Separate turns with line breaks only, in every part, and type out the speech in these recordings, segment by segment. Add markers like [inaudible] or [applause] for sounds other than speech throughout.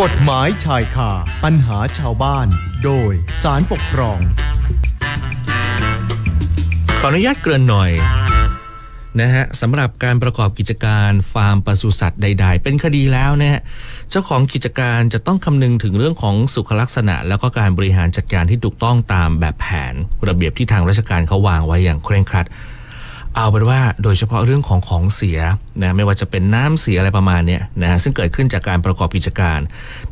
กฎหมายชายคาปัญหาชาวบ้าน โดยสารปกครอง
ขออนุญาตเกริ่นหน่อยนะฮะสำหรับการประกอบกิจการฟาร์มปศุสัตว์ใด ๆ เป็นคดีแล้วนะฮะเจ้าของกิจการจะต้องคำนึงถึงเรื่องของสุขลักษณะ แล้วก็การบริหารจัดการที่ถูกต้องตามแบบแผน ระเบียบที่ทางราชการเขาวางไว้อย่างเคร่งครัด เอาเป็นว่าโดยเฉพาะเรื่องของของเสียนะไม่ว่าจะเป็นน้ำเสียอะไรประมาณเนี้ยนะซึ่งเกิดขึ้นจากการประกอบกิจการ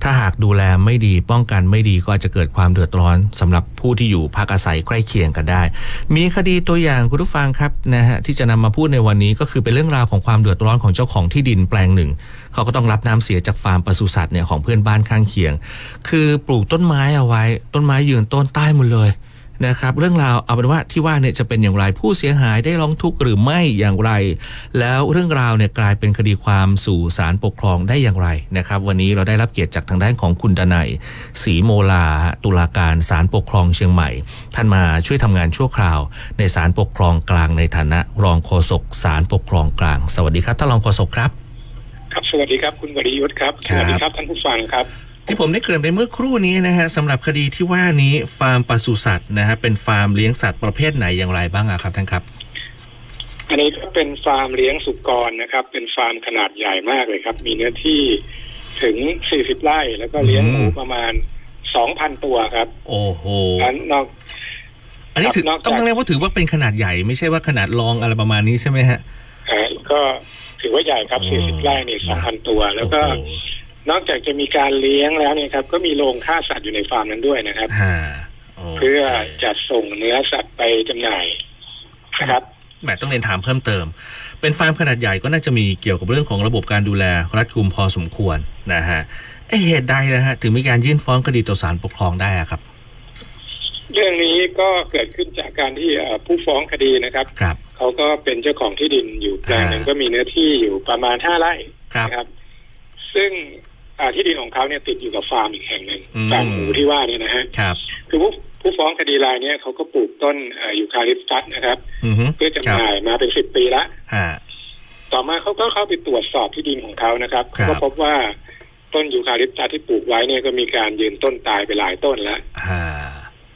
ถ้าหากดูแลไม่ดีป้องกันไม่ดีก็อาจจะเกิดความเดือดร้อนสำหรับผู้ที่อยู่พักอาศัยใกล้เคียงกันได้ มีคดีตัวอย่างคุณผู้ฟังครับนะฮะที่จะนำมาพูดในวันนี้ก็คือเป็นเรื่องราวของความเดือดร้อนของเจ้าของที่ดินแปลงหนึ่ง เขาก็ต้องรับน้ำเสียจากฟาร์มปศุสัตว์เนี่ยของเพื่อนบ้านข้างเคียง คือปลูกต้นไม้เอาไว้ ต้นไม้ยืนต้นใต้หมดเลย นะครับเรื่องราวเอาเป็นว่าที่ว่าเนี่ยจะเป็นอย่างไรผู้เสียหายได้ร้องทุกข์หรือไม่อย่างไร แล้วเรื่องราวเนี่ยกลายเป็นคดีความสู่ศาลปกครองได้อย่างไรนะครับวันนี้เราได้รับเกียรติจากทางด้านของคุณดนัยศรีโมลาตุลาการศาลปกครองเชียงใหม่ ท่านมาช่วยทำงานชั่วคราว ในศาลปกครองกลางในฐานะ รองโฆษกศาลปกครองกลาง สวัสดีครับท่านรองโฆษกครับ
ครับสวัสดีครับคุณวริยุทธ์ครับ
ค
ส
รับ
วัสดีครับท่านผู้ฟังครับ
ที่ผมได้เกริ่นไปเมื่อครู่นี้นะฮะสำหรับคดีที่ว่านี้ฟาร์มปศุสัตว์นะฮะเป็นฟาร์มเลี้ยงสัตว์ประเภทไหนอย่างไรบ้างอะครับท่านครับ
อันนี้ก็เป็นฟาร์มเลี้ยงสุกรนะครับ เป็นฟาร์มขนาดใหญ่มากเลยครับ มีเนื้อที่ถึง 40 ไร่ แล้วก็เลี้ยง
อืม
หมูประมาณ 2,000 ตัวครับ
โอ้โห
อันนอก
อันนี้ถือ
ครับนอกจาก
ต้องเรียกว่าถือว่าเป็นขนาดใหญ่ไม่ใช่ว่าขนาดรองอะไรประมาณนี้ใช่ไหมฮะ
เอ่อก็ถือว่าใหญ่ครับ
อ๋อ
40 ไร่เนี่ย2,000 ตัว แล้วก็
โอ้โห
นอกจากจะมีการเลี้ยงแล้วเนี่ยครับ ก็มีโรงฆ่าสัตว์อยู่ในฟาร์มนั้นด้วยนะครับ
ฮ่าโค
เพื่อจัดส่งเนื้อสัตว์ไปจำหน่ายนะครับ
แหมต้องเรียนถามเพิ่มเติม เป็นฟาร์มขนาดใหญ่ก็น่าจะมีเกี่ยวกับเรื่องของระบบการดูแลรัดกุมพอสมควรนะฮะไอะเหตุใดนะฮะถึงมีการยื่นฟ้องคดีต่อศาลปกครองได้อะครับ
เรื่องนี้ก็เกิดขึ้นจากการที่เอ่อผู้ฟ้องคดีนะครับ
ครับ
เขาก็เป็นเจ้าของที่ดินอยู่แปลงหนึ่ง
อ่า
ก็มีเนื้อที่อยู่ประมาณห้าไร่
ครับ
นะครับ ซึ่งอ่าที่ดินของเขาเนี่ยติดอยู่กับฟาร์มอีกแห่งหนึ่ง
อืม
ฟาร์มหมูที่ว่าเนี่ยนะฮะ
ครับ
คือผู้ผู้ฟ้องคดีรายเนี่ยเขาก็ปลูกต้นเอ่อยูคาลิปตัสนะครับ
อือฮึ
เพื่อจำห
ครับ
น่ายมาเป็นสิบปีละ
ฮะ
ต่อมาเขาก็เข้าไปตรวจสอบที่ดินของเขานะครับ
ครับ
ก็พบว่าต้นยูคาลิปตัสที่ปลูกไว้เนี่ยก็มีการยืนต้นตายไปหลายต้นแล้ว
ฮะ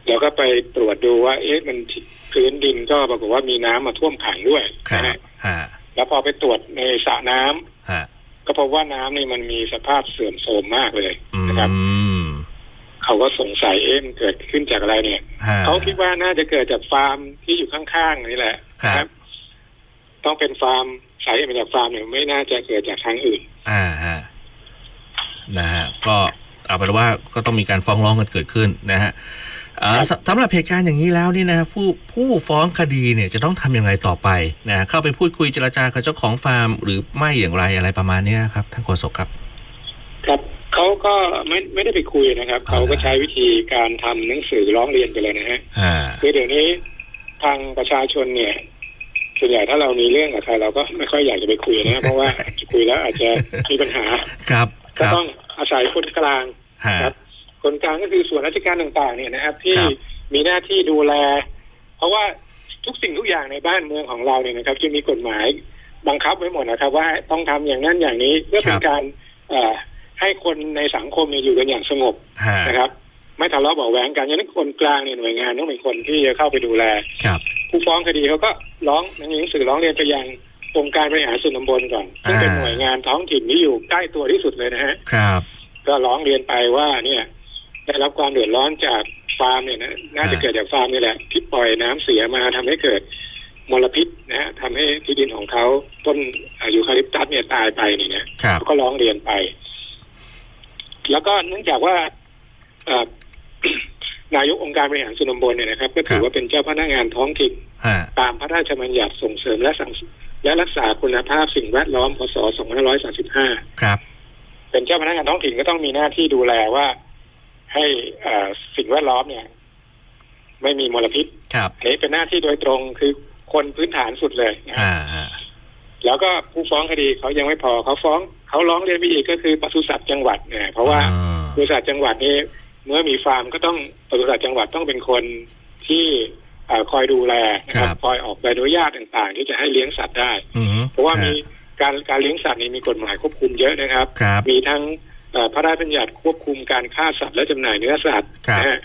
แล้วก็ไปตรวจดูว่า เอ๊ะมันที่พื้นดินก็ปรากฏว่ามีน้ำมาท่วมขังด้วย
ครับ
นะฮะ
ฮะ
แล้วพอไปตรวจในสระน้ำ
ฮะ
ก็พบว่าน้ำนี่มันมีสภาพเสื่อมโทรมมากเลย
อื
นะครับ
ม
เขาก็สงสัยเอ๊ะมันเกิดขึ้นจากอะไรเนี่ย
ฮะ
เขาคิดว่าน่าจะเกิดจากฟาร์มที่อยู่ข้างๆนี่แหละ
ครับ
นะต้องเป็นฟาร์มสายมาจากฟาร์มเนี่ยไม่น่าจะเกิดจากทางอื่น
อ่าฮะนะฮะก็เอาเป็นว่าก็ต้องมีการฟ้องร้องกันเกิดขึ้นนะฮะเอ่อสสำหรับเหตุการณ์อย่างนี้แล้วเนี่ยนะฮะผู้ผู้ฟ้องคดีเนี่ยจะต้องทำยังไงต่อไปนะฮะเข้าไปพูดคุยเจรจากับเจ้าของฟาร์ม หรือไม่อย่างไรอะไรประมาณเนี้ยครับท่านโฆษกครับ
ครับเขาก็ไม่ไม่ได้ไปคุยนะครับ
อ่า
เขาก็ใช้วิธีการทำหนังสือร้องเรียนไปเลยนะฮะ
อ่า
คือเดี๋ยวนี้ทางประชาชนเนี่ยส่วนใหญ่ถ้าเรามีเรื่องกับใครเราก็ไม่ค่อยอยากจะไปคุยนะ เพราะว่าคุยแล้วอาจจะมีปัญหา
ครับค
ก็
รับ
ต้องอาศัยคนกลาง
ฮะ
ครับ คนกลางก็คือส่วนราชการต่างๆ เนี่ยนะครับ ที่
ครับ
มีหน้าที่ดูแล เพราะว่าทุกสิ่งทุกอย่างในบ้านเมืองของเราเนี่ยนะครับ จะมีกฎหมายบังคับไว้หมดนะครับ ว่าต้องทำอย่างนั้นอย่างนี้เพื่อเป็นการเอ่อให้คนในสังคมเนี่ยอยู่กันอย่างสงบ
ฮะ
นะครับไม่ทะเลาะเบาะแหวงกันยันคนกลางเนี่ยหน่วยงานต้องเป็นคนที่จะเข้าไปดูแล
ครับ
ผู้ฟ้องคดีเขาก็ร้องหนังสือร้องเรียนไปยังองค์การบริหารส่วนตำบลก่อนซึ่งเป็นหน่วยงานท้องถิ่นที่อยู่ใกล้ตัวที่สุดเลยนะฮะ
ครับ
ก็ร้องเรียนไปว่าเนี่ยได้รับความเดือดร้อนจากฟาร์มเนี่ยนะน่าจะเกิดจากฟาร์มนี่แหละที่ปล่อยน้ำเสียมาทำให้เกิดมลพิษนะฮะทำให้ที่ดินของเขาต้นอายูคาลิปตัสเนี่ยตายไปเนี่ยนะ
ครับ
ก็ร้องเรียนไป แล้วก็เนื่องจากว่าเอ่อ [coughs] นายกองค์การบริหารส่วนตำบลเนี่ยนะครับ ก็ถือว่าเป็นเจ้าพนักงานท้องถิ่น
ฮะ
ตามพระราชบัญญัติส่งเสริมและสังและรักษาคุณภาพสิ่งแวดล้อม พศ 2535
ครับ
เป็นเจ้าพนักงานท้องถิ่นก็ต้องมีหน้าที่ดูแลว่า ให้เอ่อสิ่งแวดล้อมเนี่ย ไม่มีมลพิษ
ครับ
อันนี้เป็นหน้าที่โดยตรงคือคนพื้นฐานสุดเลยนะครับ
อ่าฮะ
แล้วก็ผู้ฟ้องคดีเขายังไม่พอเขาฟ้องเขาร้องเรียนไปอีกก็คือปศุสัตว์จังหวัดเนี่ยเพราะว่า
อ่า
ปศุสัตว์จังหวัดนี่เมื่อมีฟาร์มก็ต้องปศุสัตว์จังหวัดต้องเป็นคนที่เอ่อคอยดูแลนะครับคอยออกใบอนุญาตต่าง ๆ ที่จะให้เลี้ยงสัตว์ได้
อืม
เพราะว่ามีการการเลี้ยงสัตว์นี่มีกฎหมายควบคุมเยอะนะครับ
ครับ
มีทั้ง เอ่อพระราชบัญญัติควบคุมการฆ่าสัตว์และจำหน่ายเนื้อสัตว์
ครับ
นะฮะ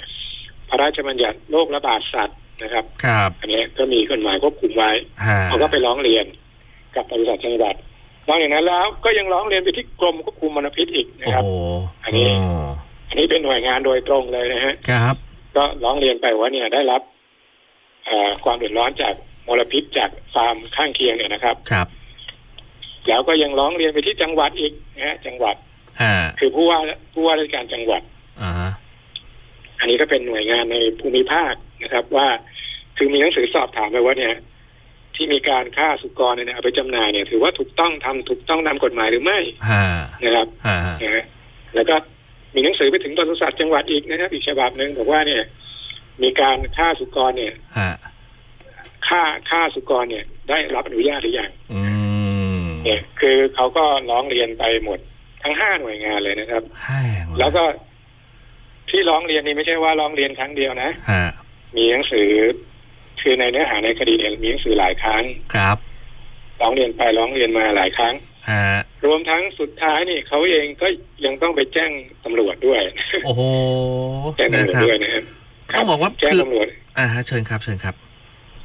พระราชบัญญัติโรคระบาดสัตว์นะครับ
ครับ
อันนี้ก็มีกฎหมายควบคุมไว้
ฮะ
เขาก็ไปร้องเรียนกับบริษัทจังหวัดนอกจากนั้นแล้วก็ยังร้องเรียนไปที่กรมควบคุมมลพิษอีกนะ
โอ้
ครับ
โห
อันนี้ อันนี้เป็นหน่วยงานโดยตรงเลยนะฮะ
ครับ
ก็ร้องเรียนไปว่าเนี่ยได้รับเอ่อความเดือดร้อนจากมลพิษจากฟาร์มข้างเคียงเนี่ยนะครับ
ครับ
แล้วก็ยังร้องเรียนไปที่จังหวัดอีกนะฮะจังหวัด
ฮะ
คือผู้ว่าผู้ว่าราชการจังหวัด
อ่าฮะ
อันนี้ก็เป็นหน่วยงานในภูมิภาคนะครับ ว่าคือมีหนังสือสอบถามไปว่าเนี่ย ที่มีการฆ่าสุกรเนี่ยนะเอาไปจำหน่ายเนี่ย ถือว่าถูกต้องทำถูกต้องตามกฎหมายหรือไม่
ฮะ
นะครับ
ฮะ
นะฮะแล้วก็มีหนังสือไปถึงปศุสัตว์จังหวัดอีกนะครับ อีกฉบับหนึ่งบอกว่าเนี่ย มีการฆ่าสุกรเนี่ย
ฮะ
ฆ่าฆ่าสุกรเนี่ย ได้รับอนุญาตหรือยัง
อืม
เนี่ย คือเขาก็ร้องเรียนไปหมดทั้งห้าหน่วยงานเลยนะครับ
แห้งเย
แล้วก็ที่ร้องเรียนนี่ไม่ใช่ว่าร้องเรียนครั้งเดียวนะ
ฮะ
มีหนังสือคือในเนื้อหาในคดีเนี่ยมีหนังสือหลายครั้ง
ครับ
ร้องเรียนไปร้องเรียนมาหลายครั้ง
ฮะ
รวมทั้งสุดท้ายนี่เขาเองก็ยังต้องไปแจ้งตำรวจด้วย [laughs]
โอ้โห
แจ้ง
นะ
ตำร
ครั
วจ
บ
ด้วยนะครับค
ต้
รั
องบอกว่า
แจ้ง
คือ
ตำรวจ
อ่าฮะเชิญครับเชิญครับ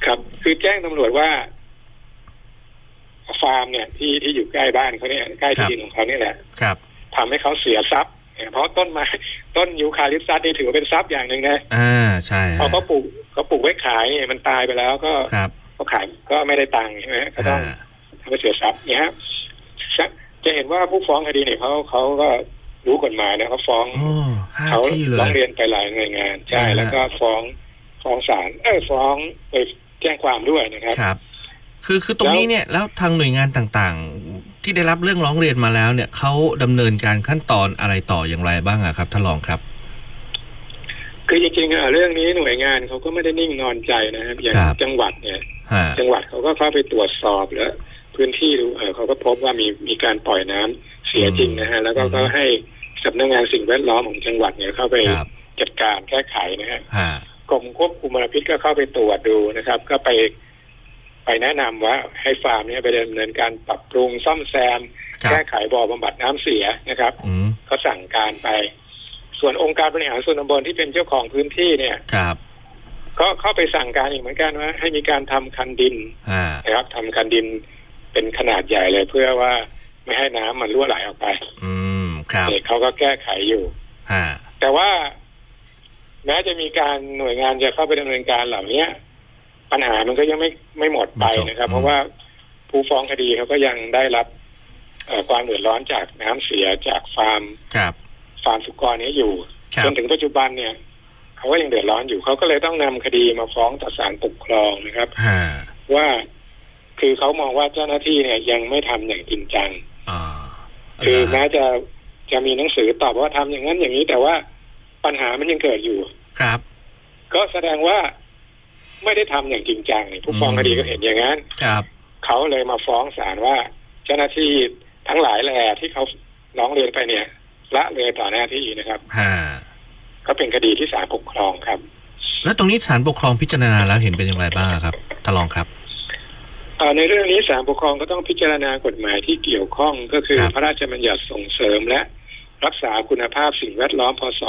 ครับ คือแจ้งตำรวจว่า ฟาร์มเนี่ยที่ที่อยู่ใกล้บ้านเขาเนี่ยใกล้
ครับ
ที่ดินของเขาเนี่ยแหละ
ครับ
ทำให้เขาเสียทรัพย์เนี่ยเพราะต้นไม้ [laughs] ต้นยูคาลิปตัสนี่ถือว่าเป็นทรัพย์อย่างหนึ่งนะ
อ่าใช่
พอเขาปลูกเขาปลูกไว้ขายเนี่ยมันตายไปแล้วก็
ครับ
เขาขายก็ไม่ได้ตังค์ใช่ไหมก็ต้
ฮะ
อง ทำให้เสียทรัพย์เนี่ยฮะจะจะเห็นว่าผู้ฟ้องคดีเนี่ยเขาเขาก็รู้กฎหมายนะเขาฟ้อง
โอ้ห้า
เขา
ที่เล
ร้อง
ย
เรียนไปหลายหน่วยงาน ใช่
อ่าฮะ
แล้วก็ฟ้องฟ้องศาลเอ้ยฟ้องไปแจ้งความด้วยนะครับ
ครับ คือคือตรงนี้เนี่ยแล้วทางหน่วยงานต่างๆ ที่ได้รับเรื่องร้องเรียนมาแล้วเนี่ยเขาดำเนินการขั้นตอนอะไรต่ออย่างไรบ้างอะครับท่านรองครับ
คือจริงๆอ่ะเรื่องนี้หน่วยงานเขาก็ไม่ได้นิ่งนอนใจนะครับอย่าง
ครับ
จังหวัดเนี่ย
ฮะ
จังหวัดเขาก็เข้าไปตรวจสอบแล้ว พื้นที่ดูเอ่อเขาก็พบว่ามีมีการปล่อยน้ำเสียจริงนะฮะแล้วก็ก็ให้สำนักงานสิ่งแวดล้อมของจังหวัดเนี่ยเข้าไป
ครับ
จัดการแก้ไขนะฮะ
ฮะ
กรมควบคุมมลพิษก็เข้าไปตรวจดูนะครับ ก็ไปไปแนะนำว่าให้ฟาร์มเนี่ยไปดำเนินการปรับปรุงซ่อมแซม
ครับ
แก้ไขบ่อบำบัดน้ำเสียนะครับ
อืม
ก็สั่งการไป ส่วนองค์การบริหารส่วนตำบลที่เป็นเจ้าของพื้นที่เนี่ย
ครับ
ก็เข้าไปสั่งการอีกเหมือนกันว่าให้มีการทำคันดิน
ฮะ
นะครับทำคันดินเป็นขนาดใหญ่เลย เพื่อว่าไม่ให้น้ำมันรั่วไหลออกไป
อืมครับ
เนี่ยเขาก็แก้ไขอยู่
ฮะ
แต่ว่าแม้จะมีการหน่วยงานจะเข้าไปดำเนินการเหล่าเนี้ย ปัญหามันก็ยังไม่ไม่หมดไปนะครับ เพราะว่าผู้ฟ้องคดีเขาก็ยังได้รับเอ่อความเดือดร้อนจากน้ำเสียจากฟาร์ม
ครับ
ฟาร์มสุกรนี้อยู่
ครั
จ
บ
นถึงปัจจุบันเนี่ยเขาก็ยังเดือดร้อนอยู่เขาก็เลยต้องนำคดีมาฟ้องต่อศาลปกครองนะครับ
ฮะ
ว่าคือเขามองว่าเจ้าหน้าที่เนี่ยยังไม่ทำอย่างจริงจัง
อ่า
คือแม้จะจะมีหนังสือตอบว่าทำอย่างนั้นอย่างนี้ แต่ว่าปัญหามันยังเกิดอยู่
ครับ
ก็แสดงว่าไม่ได้ทำอย่างจริงจังนี่ผู้ฟ้อง
อืม
คดีก็เห็นอย่างนั้น
ครับ
เขาเลยมาฟ้องศาลว่า เจ้าหน้าที่ทั้งหลายแหล่ที่เขาร้องเรียนไปเนี่ย ละเลยต่อหน้าที่นะครับ
ฮะ
ก็เป็นคดีที่ศาลปกครองครับ
แล้วตรงนี้ศาลปกครองพิจารณาแล้วเห็นเป็นอย่างไรบ้างอะครับท่านรองครับ
เอ่อในเรื่องนี้ศาลปกครองก็ต้องพิจารณากฎหมายที่เกี่ยวข้องก็คือ
ครับ
พระราชบัญญัติส่งเสริมและรักษาคุณภาพสิ่งแวดล้อมพศ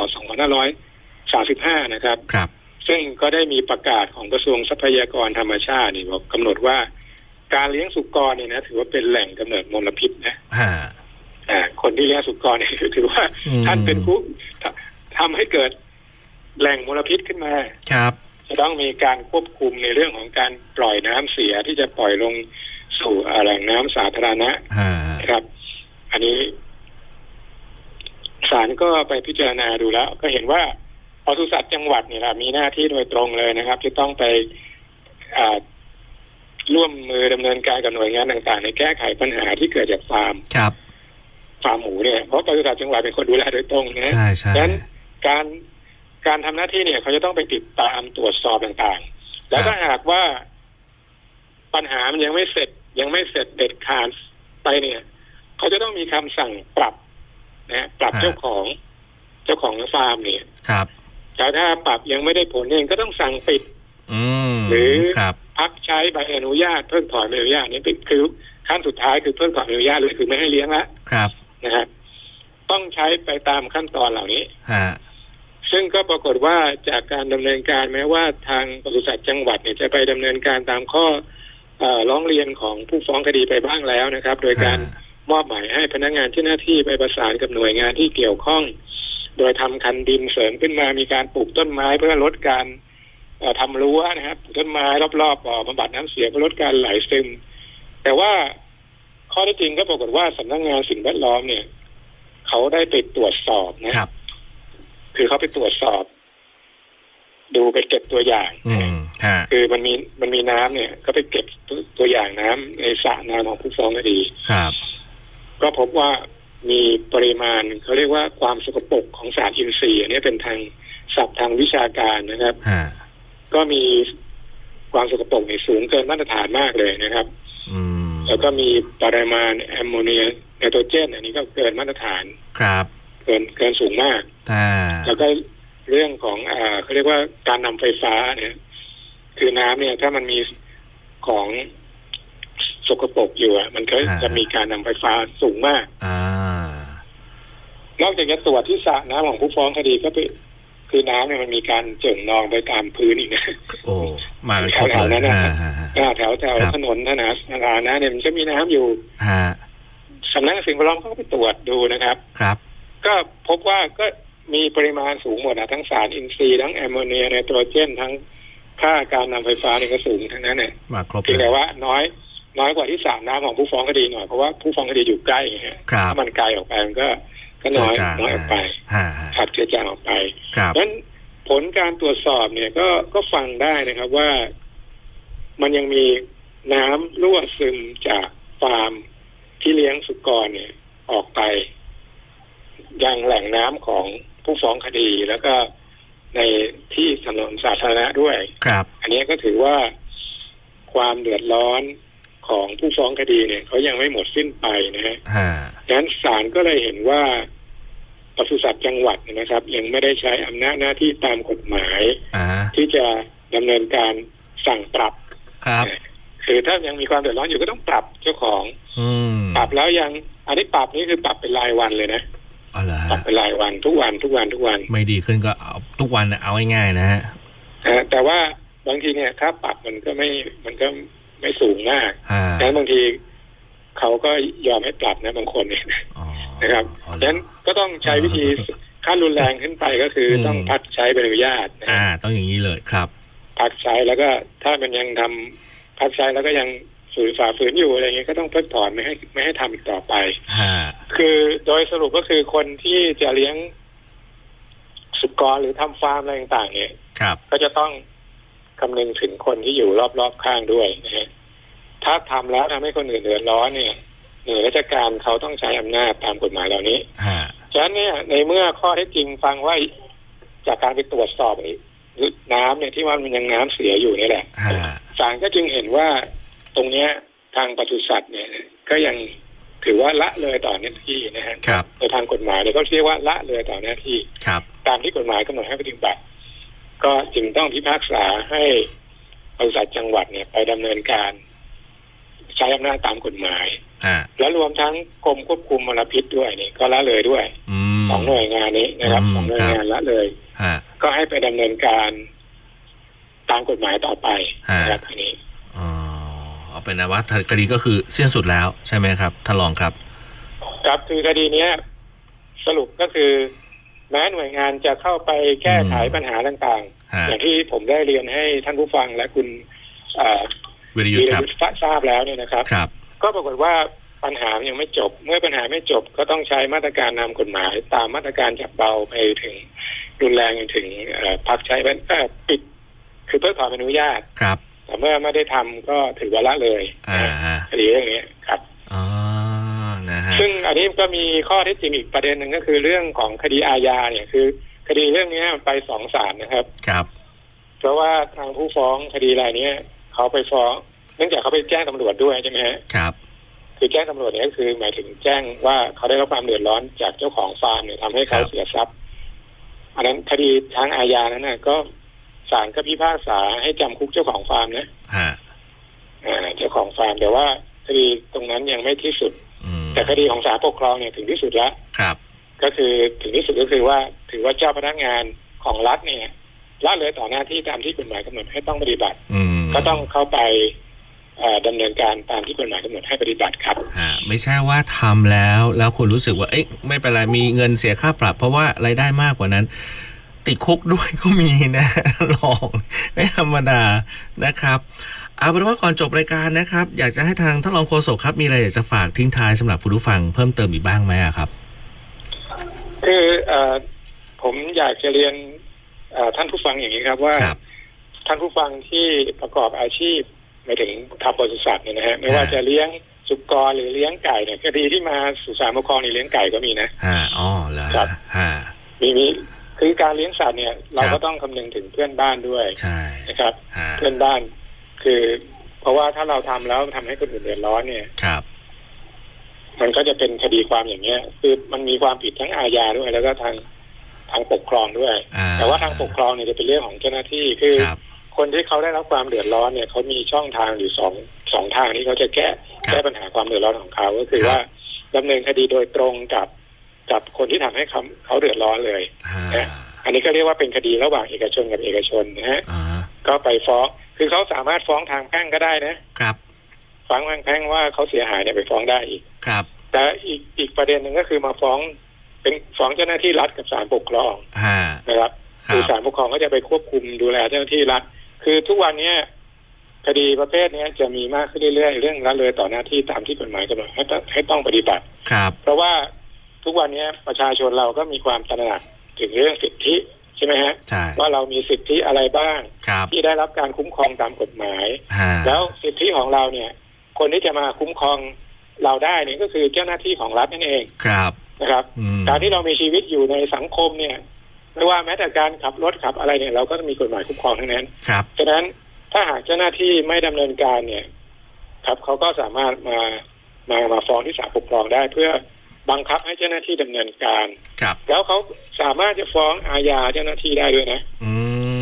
2535 นะครับ
ครับ
ซึ่งก็ได้มีประกาศของกระทรวงทรัพยากรธรรมชาตินี่บอกกำหนดว่า การเลี้ยงสุกรเนี่ยนะ ถือว่าเป็นแหล่งกำเนิดมลพิษนะ
ฮะ
อ่าคนที่เลี้ยงสุกรเนี่ย ถือว่า
อืม
ท่านเป็นผู้ทำทำให้เกิดแหล่งมลพิษขึ้นมา
ครับ
จะต้องมีการควบคุมในเรื่องของการปล่อยน้ำเสียที่จะปล่อยลงสู่อ่าแหล่งน้ำสาธารณะ
ฮะ
นะครับ อันนี้ศาลก็ไปพิจารณาดูแล้ว ก็เห็นว่าปศุสัตว์จังหวัดเนี่ยนะมีหน้าที่โดยตรงเลยนะครับ ที่ต้องไปอ่าร่วมมือดำเนินการกับหน่วยงานต่างๆ ในแก้ไขปัญหาที่เกิดจากฟาร์ม
ครับ
ฟาร์มหมูเนี่ยเพราะปศุสัตว์จังหวัดเป็นคนดูแลโดยตรงนะ
ใช่ใช่
ดังนั้นการการทำหน้าที่เนี่ย เขาจะต้องไปติดตามตรวจสอบต่างๆ แล้วถ้าหากว่าปัญหามันยังไม่เสร็จ ยังไม่เสร็จเด็ดขาดไปเนี่ย เขาจะต้องมีคำสั่งปรับนะฮะปรับเจ้าของ เจ้าของฟาร์มเนี่ย
ครับ
แล้วถ้าปรับยังไม่ได้ผลเองก็ต้องสั่งปิด
อืม
หรือ
ครับ
พักใช้ใบอนุญาตเพิกถอนใบอนุญาตนี่เป็นคือขั้นสุดท้ายคือเพิกถอนใบอนุญาตเลยคือไม่ให้เลี้ยงละ
ครับ
นะครับต้อง ต้องใช้ไปตามขั้นตอนเหล่านี้
ฮะ
ซึ่งก็ปรากฏว่าจากการดำเนินการแม้ว่าทางปศุสัตว์จังหวัดเนี่ยจะไปดำเนินการตามข้อเอ่อร้องเรียนของผู้ฟ้องคดีไปบ้างแล้วนะครับ โดยการ
ฮะ
มอบหมายให้พนักงานที่หน้าที่ไปประสานกับหน่วยงานที่เกี่ยวข้อง โดยทำคันดินเสริมขึ้นมามีการปลูกต้นไม้เพื่อลดการเอ่อทำรั้วนะครับปลูกต้นไม้รอบๆบ่อบำบัดน้ำเสียเพื่อลดการไหลซึม แต่ว่าข้อเที่จริงก็ปรากฏว่าสำนักงานสิ่งแวดล้อมเนี่ย เขาได้ไปตรวจสอบนะ
ครับ
คือเขาไปตรวจสอบ ดูไปเก็บตัวอย่าง
อืมฮะ
คือมันมีมันมีน้ำเนี่ยก็ไปเก็บตัวอย่างน้ำในสระน้ำของผู้ฟ้องคดี
ครับ
ก็พบว่ามีปริมาณเขาเรียกว่าความสกปรกของสารอินทรีย์อันนี้เป็นทางศัพท์ทางวิชาการนะครับ
ฮะ
ก็มีความสกปรกในยสูงเกินมาตรฐานมากเลยนะครับ
อืม
แล้วก็มีปริมาณแอมโมเนียไนโตรเจน อันนี้ก็เกินมาตรฐาน
ครับ
เกินเกินสูงมาก
ถ้า
แล้วก็เรื่องของอ่าเขาเรียกว่าการนำไฟฟ้าเนี่ยคือน้ำเนี่ย ถ้ามันมีของสกปรกอยู่อะมันก็จะมีการนำไฟฟ้าสูงมาก
อ่า
นอกจากจะตรวจที่สระน้ำของผู้ฟ้องคดีก็ไปคือน้ำเนี่ยมันมีการเจิ่งนองไปตามพื้นอีกนะ
โอ้ มาครบเลยฮะฮะฮะ
แถวแถว
ครับ
ถนนถนนสาธารณะเนี่ยมันจะมีน้ำอยู่
ฮะ
สำนักสิ่งแวดล้อมเขาก็ไปตรวจดูนะครับ
ครับ
ก็พบว่าก็มีปริมาณสูงหมดนะทั้งสารอินทรีย์ทั้งแอมโมเนียไนโตรเจน ทั้งค่าการนำไฟฟ้าเนี่ยก็สูงทั้งนั้นเนี่ย
มาครบ
เพียง
เล
แต่
ย
ว่าน้อยน้อยกว่าที่สารน้ำของผู้ฟ้องคดีหน่อย เพราะว่าผู้ฟ้องคดีอยู่ใกล้ไงฮะ
ครับ
ถ้ามันไกลออกไปมันก็ก็น้อย
เจือจาง
น้อยออกไป
ฮะฮะ
ขับเจือจางออกไป
ครับ
เพราะฉะนั้นผลการตรวจสอบเนี่ยก็ก็ฟังได้นะครับว่า มันยังมีน้ำรั่วซึมจากฟาร์มที่เลี้ยงสุกรเนี่ย ออกไป ยังแหล่งน้ำของผู้ฟ้องคดีแล้วก็ในที่ถนนสาธารณะด้วย
ครับ
อันนี้ก็ถือว่าความเดือดร้อนของผู้ฟ้องคดีเนี่ยเขายังไม่หมดสิ้นไปนะฮะ
ฮะ
ดังนั้นศาลก็เลยเห็นว่าปศุสัตว์จังหวัดเนยนะครับ ยังไม่ได้ใช้อำนาจหน้าที่ตามกฎหมาย
อ่า
ที่จะดำเนินการสั่งปรับ
ครับ
คือถ้ายังมีความเดือดร้อนอยู่ก็ต้องปรับเจ้าของ
อืม
ปรับแล้วยัง อันนี้ปรับนี่คือปรับเป็นรายวันเลยนะ
อ๋อเหรอ
ปรั
ฮะ
บเป็นรายวันทุกวันทุกวันทุกวัน
ไม่ดีขึ้นก็เอาทุกวันน่ะเอาง่ายๆนะฮะ
นะฮะแต่ว่าบางทีเนี่ยถ้าปรับมันก็ไม่มันก็ไม่สูงมาก
ฮะ
ดังนั้นบางทีเขาก็ยอมให้ปรับนะบางคนเนี่ย
อ๋อ
นะครับ
อ๋อเหรอ
ดังนั้นก็ต้องใช้วิธีขั้นรุนแรงขึ้นไปก็คืออ
ม
ต้องพักใช้ใบอนุญาตนะ
อ่า
ฮะ
ต้องอย่างนี้เลยครับ
พักใช้แล้วก็ถ้ามันยังทำพักใช้แล้วก็ยังฝืนฝ่าฝืนอยู่อะไรเงี้ยก็ต้องเพิกถอนไม่ให้ไม่ให้ทำอีกต่อไป
ฮะ
คือโดยสรุปก็คือคนที่จะเลี้ยงสุกรหรือทำฟาร์มอะไรต่างๆ เนี่ย
ครับ
ก็จะต้องคำนึงถึงคนที่อยู่รอบๆข้างด้วยนะฮะถ้าทำแล้วทำให้คนอื่นเดือดร้อนเนี่ยหน่วยราชการเขาต้องใช้อำนาจตามกฎหมายเหล่านี้
ฮะ
ฉะนั้นเนี่ย ในเมื่อข้อเท็จจริงฟังว่าจากการไปตรวจสอบไอ้น้ำเนี่ยที่ว่ามันยังน้ำเสียอยู่นี่แหละ
ฮะ
ศาลก็จึงเห็นว่าตรงเนี้ยทางปศุสัตว์เนี่ย ก็ยังถือว่าละเลยต่อหน้าที่นะฮะ
ครับ
ในทางกฎหมายเนี่ยเขาเรียกว่าละเลยต่อหน้าที่
ครับ
ตามที่กฎหมายกำหนดให้ปฏิบัติ ก็จึงต้องพิพากษาให้บริษัทจังหวัดเนี่ย ไปดำเนินการ ใช้อำนาจตามกฎหมาย
ฮะ
และรวมทั้งกรมควบคุมมลพิษด้วยเนี่ยก็ละเลยด้วย
อืม
สองหน่วยงานนี้นะครับ
อืม
สองหน่วยงานละเลย
ฮะ
ก็ให้ไปดำเนินการตามกฎหมายต่อไปนะครับ
ฮะ
อันนี้
อ๋อเอาเป็นนะว่าคดีก็คือสิ้นสุดแล้วใช่ไหมครับท่านรองครับ
ครับคือคดีเนี้ย สรุปก็คือ แม้หน่วยงานจะเข้าไปแก้ไข
อืม
ปัญหาต่างๆ
ฮะ
อย่างที่ผมได้เรียนให้ท่านผู้ฟังและคุณเอ่อ
วิริยุท
วี
ธ์
ร
ครับ
ยุทธ์ทราบแล้วเนี่ยนะครับ
ครับ
ก็ปรากฏว่าปัญหามันยังไม่จบ เมื่อปัญหาไม่จบก็ต้องใช้มาตรการนำกฎหมาย ตามมาตรการจากเบาไปถึง รุนแรงจนถึงเอ่อพักใช้เป็นเอ่อปิด คือเพิกถอนใบอนุญาต
ครับ
แต่เมื่อไม่ได้ทำก็ถือว่าละเลย
อ่าฮะ
คดีเรื่องนี้ครับ
อ๋อนะฮะ
ซึ่งอันนี้ก็มีข้อเท็จจริงอีกประเด็นหนึ่งก็คือเรื่องของคดีอาญาเนี่ยคือ คดีเรื่องนี้มันไปสองศาลนะครับ
ครับ
เพราะว่าทางผู้ฟ้องคดีรายเนี้ยเขาไปฟ้องเนื่องจากเขาไปแจ้งตำรวจด้วยใช่ไหมฮะ
ครับ
คือแจ้งตำรวจเนี่ยก็คือ หมายถึงแจ้งว่าเขาได้รับความเดือดร้อนจากเจ้าของฟาร์มเนี่ยทำให้เขา
ครับ
เสียทรัพย์ อันนั้นคดีทางอาญานั้นนะก็ศาลก็พิพากษาให้จำคุกเจ้าของฟาร์มนะ
ฮะ
อ่าเจ้าของฟาร์มแต่ว่าคดีตรงนั้นยังไม่ที่สุด
อืม
แต่คดีของศาลปกครองเนี่ยถึงที่สุดแล้ว
ครับ
ก็คือถึงที่สุดก็คือว่าถือว่าเจ้าพนักงานของรัฐเนี่ยละเลยต่อหน้าที่ตามที่กฎหมายกำหนดให้ต้องปฏิบัติ
อืม
ก็ต้องเข้าไปเอ่อดำเนินการตามที่กฎหมายกำหนดให้ปฏิบัติครับ
ฮะไม่ใช่ว่าทำแล้วแล้วคุณรู้สึกว่าเอ๊ะไม่เป็นไรมีเงินเสียค่าปรับ เพราะว่ารายได้มากกว่านั้น ติดคุกด้วยก็มีนะ [laughs] ลองไม่ธรรมดานะครับ เอาเป็นว่าก่อนจบรายการนะครับ อยากจะให้ทางท่านรองโฆษกครับมีอะไรอยากจะฝากทิ้งท้ายสำหรับผู้ผู้ฟังเพิ่มเติมอีกบ้างไหมอะครับ
คือเออผมอยากจะเรียนเอ่อท่านผู้ฟังอย่างนี้ครับว่า
ครับ
ท่านผู้ฟังที่ประกอบอาชีพหมายถึงทำบริษัทเนี่ยนะฮะไม่ว่าจะเลี้ยงสุกรหรือเลี้ยงไก่เนี่ยคดีที่มาสู่ศาลปกครองนี่เลี้ยงไก่ก็มีนะ
ฮะอ๋อเหรอ
ครั
ฮะ
บ
ฮะ
มีมีคือการเลี้ยงสัตว์เนี่ย เรา
ครั
ก็
บ
ต้องคำนึงถึงเพื่อนบ้านด้วย
ใช่
นะครับ
ฮะ
เพื่อนบ้าน คือ เพราะว่าถ้าเราทำแล้วทำให้คนอื่นเดือดร้อนเนี่ย
ครับ
มันก็จะเป็นคดีความอย่างเงี้ย คือมันมีความผิดทั้งอาญาด้วย แล้วก็ทางทางปกครองด้วย
อ่า
แต่ว่าทางปกครองเนี่ยจะเป็นเรื่องของเจ้าหน้าที่คือ
ครับ
คนที่เขาได้รับความเดือดร้อนเนี่ยเขามีช่องทางอยู่สองสองทางที่เขาจะแก้
ครับ
แก้ปัญหาความเดือดร้อนของเขาก็คือ
ครับ
ว่าดำเนินคดีโดยตรงกับกับคนที่ทำให้เขาเขาเดือดร้อนเลย
ฮะ
อันนี้ก็เรียกว่าเป็นคดีระหว่างเอกชนกับเอกชนนะฮะ
อ่า
ก็ไปฟ้องคือเขาสามารถฟ้องทางแพ่งก็ได้นะครับ ฟ้องทางแพ่งว่าเขาเสียหายเนี่ยไปฟ้องได้อีก
ครับ
แต่อีกอีกประเด็นหนึ่งก็คือมาฟ้องเป็นฟ้องเจ้าหน้าที่รัฐกับศาลปกครอง
ฮะ
นะครับ
ค
คือ
รั
ศา
บ
ลปกครองก็จะไปควบคุมดูแลเจ้าหน้าที่รัฐ คือทุกวันเนี้ยคดีประเภทเนี้ยจะมีมากขึ้นเรื่อยๆ เรื่องละเลยต่อหน้าที่ตามที่กฎหมายกำหนดให้ตให้ต้องปฏิบัติ
ครับ
เพราะว่าทุกวันเนี้ยประชาชนเราก็มีความตระหนักถึงเรื่องสิทธิใช่ไหมฮะ
ใช่
ว่าเรามีสิทธิอะไรบ้าง
ครับ
ที่ได้รับการคุ้มครองตามกฎหมาย
ฮะ
แล้วสิทธิของเราเนี่ย คนที่จะมาคุ้มครองเราได้เนี่ยก็คือเจ้าหน้าที่ของรัฐนั่นเอง
ครับ
นะครับ
อืม
การที่เรามีชีวิตอยู่ในสังคมเนี่ย ไม่ว่าแม้แต่การขับรถขับอะไรเนี่ย เราก็มีกฎหมายคุ้มครองทั้งนั้น
ครับ
ฉะนั้นถ้าหากเจ้าหน้าที่ไม่ดำเนินการเนี่ย ครับเขาก็สามารถมามามาฟ้องที่ศาลปกครองได้ เพื่อบังคับให้เจ้าหน้าที่ดำเนินการ
ครับ
แล้วเขาสามารถจะฟ้องอาญาเจ้าหน้าที่ได้ด้วยนะ
อื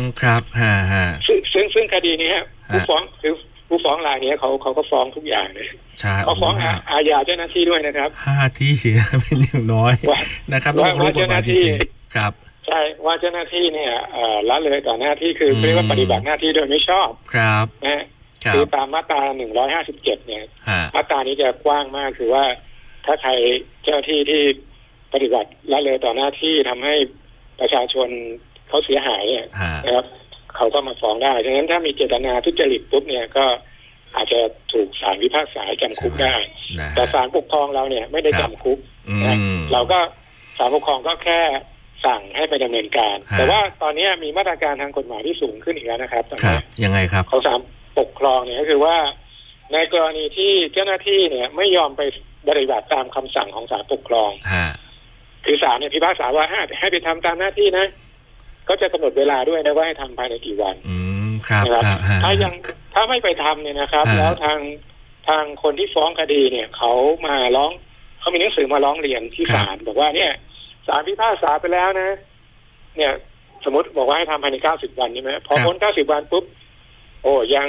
มครับฮะฮะ
ซึ่งซึ่งซึ่งคดีนี้ฮะผู้
ฮะ
ฟ้องคือผู้ฟ้องรายเนี้ยเขาเขาก็ฟ้องทุกอย่างเลย
ใช่
เขาฟ้อง
โโห
อาอาญาเจ้าหน้าที่ด้วยนะครับ
ห้าที่ [laughs] เป็นอย่างน้อย
ว่า
นะครับ
ว่า
ต้องรู้
ว่าเจ้าหน้า
ก
ที่
ฎหมยจริงๆครับ
ใช่ว่าเจ้าหน้าที่เนี่ยเอ่อละเลยต่อหน้าที่คือ
อืม
เรียกว่าปฏิบัติหน้าที่โดยไม่ชอบ
ครับ
นะฮะ
ครับ
อตามมาตรา 157 เนี่ย
ฮะ
มาตรานี้จะกว้างมากคือว่า ถ้าใครเจ้าหน้าที่ที่ปฏิบัติละเลยต่อหน้าที่ทำให้ประชาชนเขาเสียหายเนี่ย
ฮะ
นะครับ เขาก็มาฟ้องได้ฉะนั้นถ้ามีเจตนาทุจริตปุ๊บเนี่ยก็อาจจะถูกศาลพิพากษาจำคุกได้
นะ
แต่ศาลปกครองเราเนี่ยไม่ได้จำคุก
อื
นะ
ม
เราก็ศาลปกครองก็แค่สั่งให้ไปดำเนินการ
ฮะ
แต่ว่าตอนนี้มีมาตรการทางกฎหมายที่สูงขึ้นอีกแล้วนะครับตอน
ครั
นี้
บยังไงครับ
ของศาลปกครองเนี่ยก็คือว่า ในกรณีที่เจ้าหน้าที่เนี่ยไม่ยอมไปปฏิบัติตามคำสั่งของศาลปกครอง
ฮะ
คือศาลเนี่ยพิพากษาว่าให้ให้ไปทำตามหน้าที่นะ ก็จะกำหนดเวลาด้วยนะว่าให้ทำภายในกี่วัน
อืมครับ
นะครับ
ครับฮะ
ถ้ายังถ้าไม่ไปทำเนี่ยนะครับ
ฮะ
แล้วทางทางคนที่ฟ้องคดีเนี่ย เขามาร้องเขามีหนังสือมาร้องเรียนที่ศาลบอกว่าเนี่ยศาลพิพากษาไปแล้วนะ เนี่ย สมมติบอกว่าให้ทำภายในเก้าสิบวันใช่ไหมพอพ้นเก้าสิบวันปุ๊บโอ้ยัง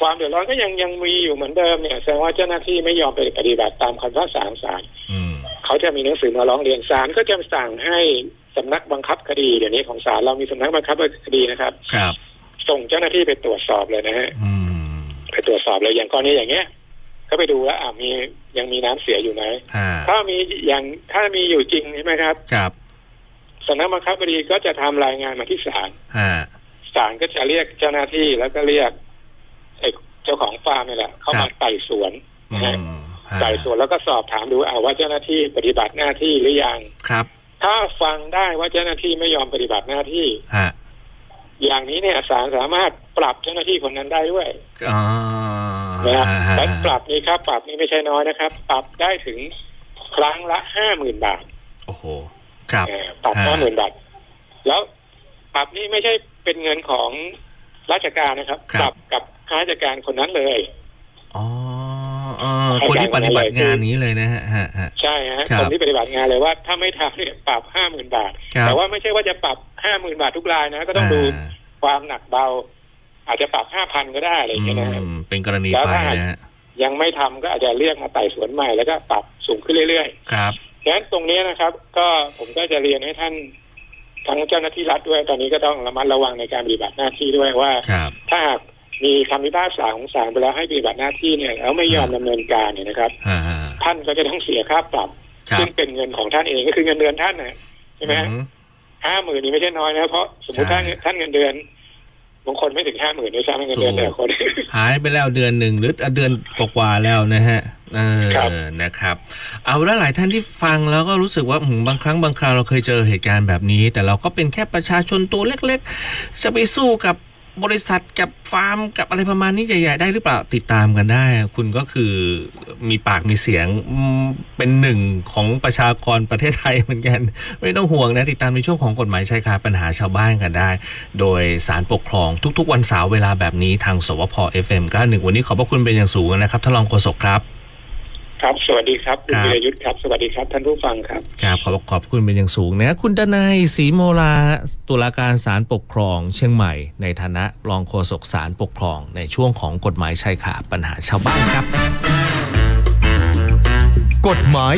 ความเดือดร้อนก็ยังยังมีอยู่เหมือนเดิมเนี่ยแสดงว่าเจ้าหน้าที่ไม่ยอมไปปฏิบัติตามคำพิพากษาของศาล
อืม
เขาจะมีหนังสือมาร้องเรียนศาลก็จะสั่งให้สำนักบังคับคดีเดี๋ยวนี้ของศาลเรามีสำนักบังคับคดีนะครับ
ครับ
ส่งเจ้าหน้าที่ไปตรวจสอบเลยนะฮะ
อืม
ไปตรวจสอบเลยอย่างกรณีอย่างเงี้ย ก็ไปดูแล้วอ่ะมียังมีน้ำเสียอยู่ไหม
ฮะ
ถ้ามีอย่างถ้ามีอยู่จริงใช่ไหมครับ
ครับ
สำนักบังคับคดีก็จะทำรายงานมาที่ศาล
ฮะ
ศาลก็จะเรียกเจ้าหน้าที่แล้วก็เรียกไอ้เจ้าของฟาร์มนี่แหละ เข้า
ครั
มา
บ
ไต่สวน
อื
นะ
ม
ฮะ
ฮะ
ไต่สวนแล้วก็สอบถามดูอ่ะว่าเจ้าหน้าที่ปฏิบัติหน้าที่หรือยัง
ครับ
ถ้าฟังได้ว่าเจ้าหน้าที่ไม่ยอมปฏิบัติหน้าที่
ฮะ
อย่างนี้เนี่ยศาลสามารถปรับเจ้าหน้าที่คนนั้นได้ด้วย
อ๋อ
นะครับ
ฮะฮะ
และปรับนี่ครับปรับนี่ไม่ใช่น้อยนะครับ ปรับได้ถึงครั้งละห้าหมื่นบาท
โอ้โห ครับ
เอ่อปรับ
อ่า
ห้าหมื่นบาท แล้วปรับนี่ไม่ใช่เป็นเงินของราชการนะครับ ปรับกับข้าราชการคนนั้นเลย
อ๋อเออคนที่ปฏิบัติงานนี้เลยนะฮะฮะฮะ
ใช่ฮะ
ครับ
คนที่ปฏิบัติงานเลยว่าถ้าไม่ทำเนี่ยปรับห้าหมื่นบาท
ครับ
แต่ว่าไม่ใช่ว่าจะปรับห้าหมื่นบาททุกรายนะ ก็ต้องดู
อ่า
ความหนักเบา อาจจะปรับห้าพันก็ได้อะไรอย่างเงี้ยนะครับ
อืมเป็นกรณี
แล้ว
ไป
ถ้า
นะฮะ
ยังไม่ทำก็อาจจะเรียกมาไต่สวนใหม่แล้วก็ปรับสูงขึ้นเรื่อยๆ
ครับ
ดังนั้นตรงนี้นะครับ ก็ผมก็จะเรียนให้ท่านทั้งเจ้าหน้าที่รัฐด้วย ตอนนี้ก็ต้องระมัดระวังในการปฏิบัติหน้าที่ด้วยว่า
ครับ
ถ้าหากมีคำพิพากษาของศาลไปแล้วให้ปฏิบัติหน้าที่เนี่ยแล้วไม่ยอมดำเนินการเนี่ยนะครับ
อ่า
ท่านก็จะต้องเสียค่าปรับ
ครับ
ซึ่งเป็นเงินของท่านเองก็คือเงินเดือนท่านนะใช่ไหมฮะ
อือ
ห้าหมื่นนี่ไม่ใช่น้อยนะเพราะสมมติ
ใช่
ท่านท่านเงินเดือนบางคนไม่ถึงห้าหมื่นด้วยซ้ำเงินเดือน
ถู
แต่
ก
ละคน
หายไปแล้วเดือนหนึ่งหรือเดือนกว่าๆแล้วนะฮะเออ
ครับ
นะครับ เอาละหลายท่านที่ฟังแล้วก็รู้สึกว่าหืมบางครั้งบางคราวเราเคยเจอเหตุการณ์แบบนี้ แต่เราก็เป็นแค่ประชาชนตัวเล็กๆ จะไปสู้กับบริษัทกับฟาร์มกับอะไรประมาณนี้ใหญ่ๆได้หรือเปล่าติดตามกันได้ คุณก็คือมีปากมีเสียงอืมเป็นหนึ่งของประชากรประเทศไทยเหมือนกัน ไม่ต้องห่วงนะติดตามในช่วงของกฎหมายชายคาปัญหาชาวบ้านกันได้ โดยสารปกครองทุกๆ วันเสาร์เวลาแบบนี้ทางสวพ FM91 วันนี้ขอบพระคุณเป็นอย่างสูงนะครับท่านรองโฆษกครับ
ครับ สวัสดีครับคุณ
ครับ
วิรยุทธ์ครับ สวัสดีครับท่านผู้ฟังครับ
ครับขอบขอบคุณเป็นอย่างสูงนะคุณดนายศรีโมลาตุลาการศาลปกครองเชียงใหม่ ในฐานะรองโฆษกศาลปกครอง ในช่วงของกฎหมายชายคาปัญหาชาวบ้านครับ
กฎหมาย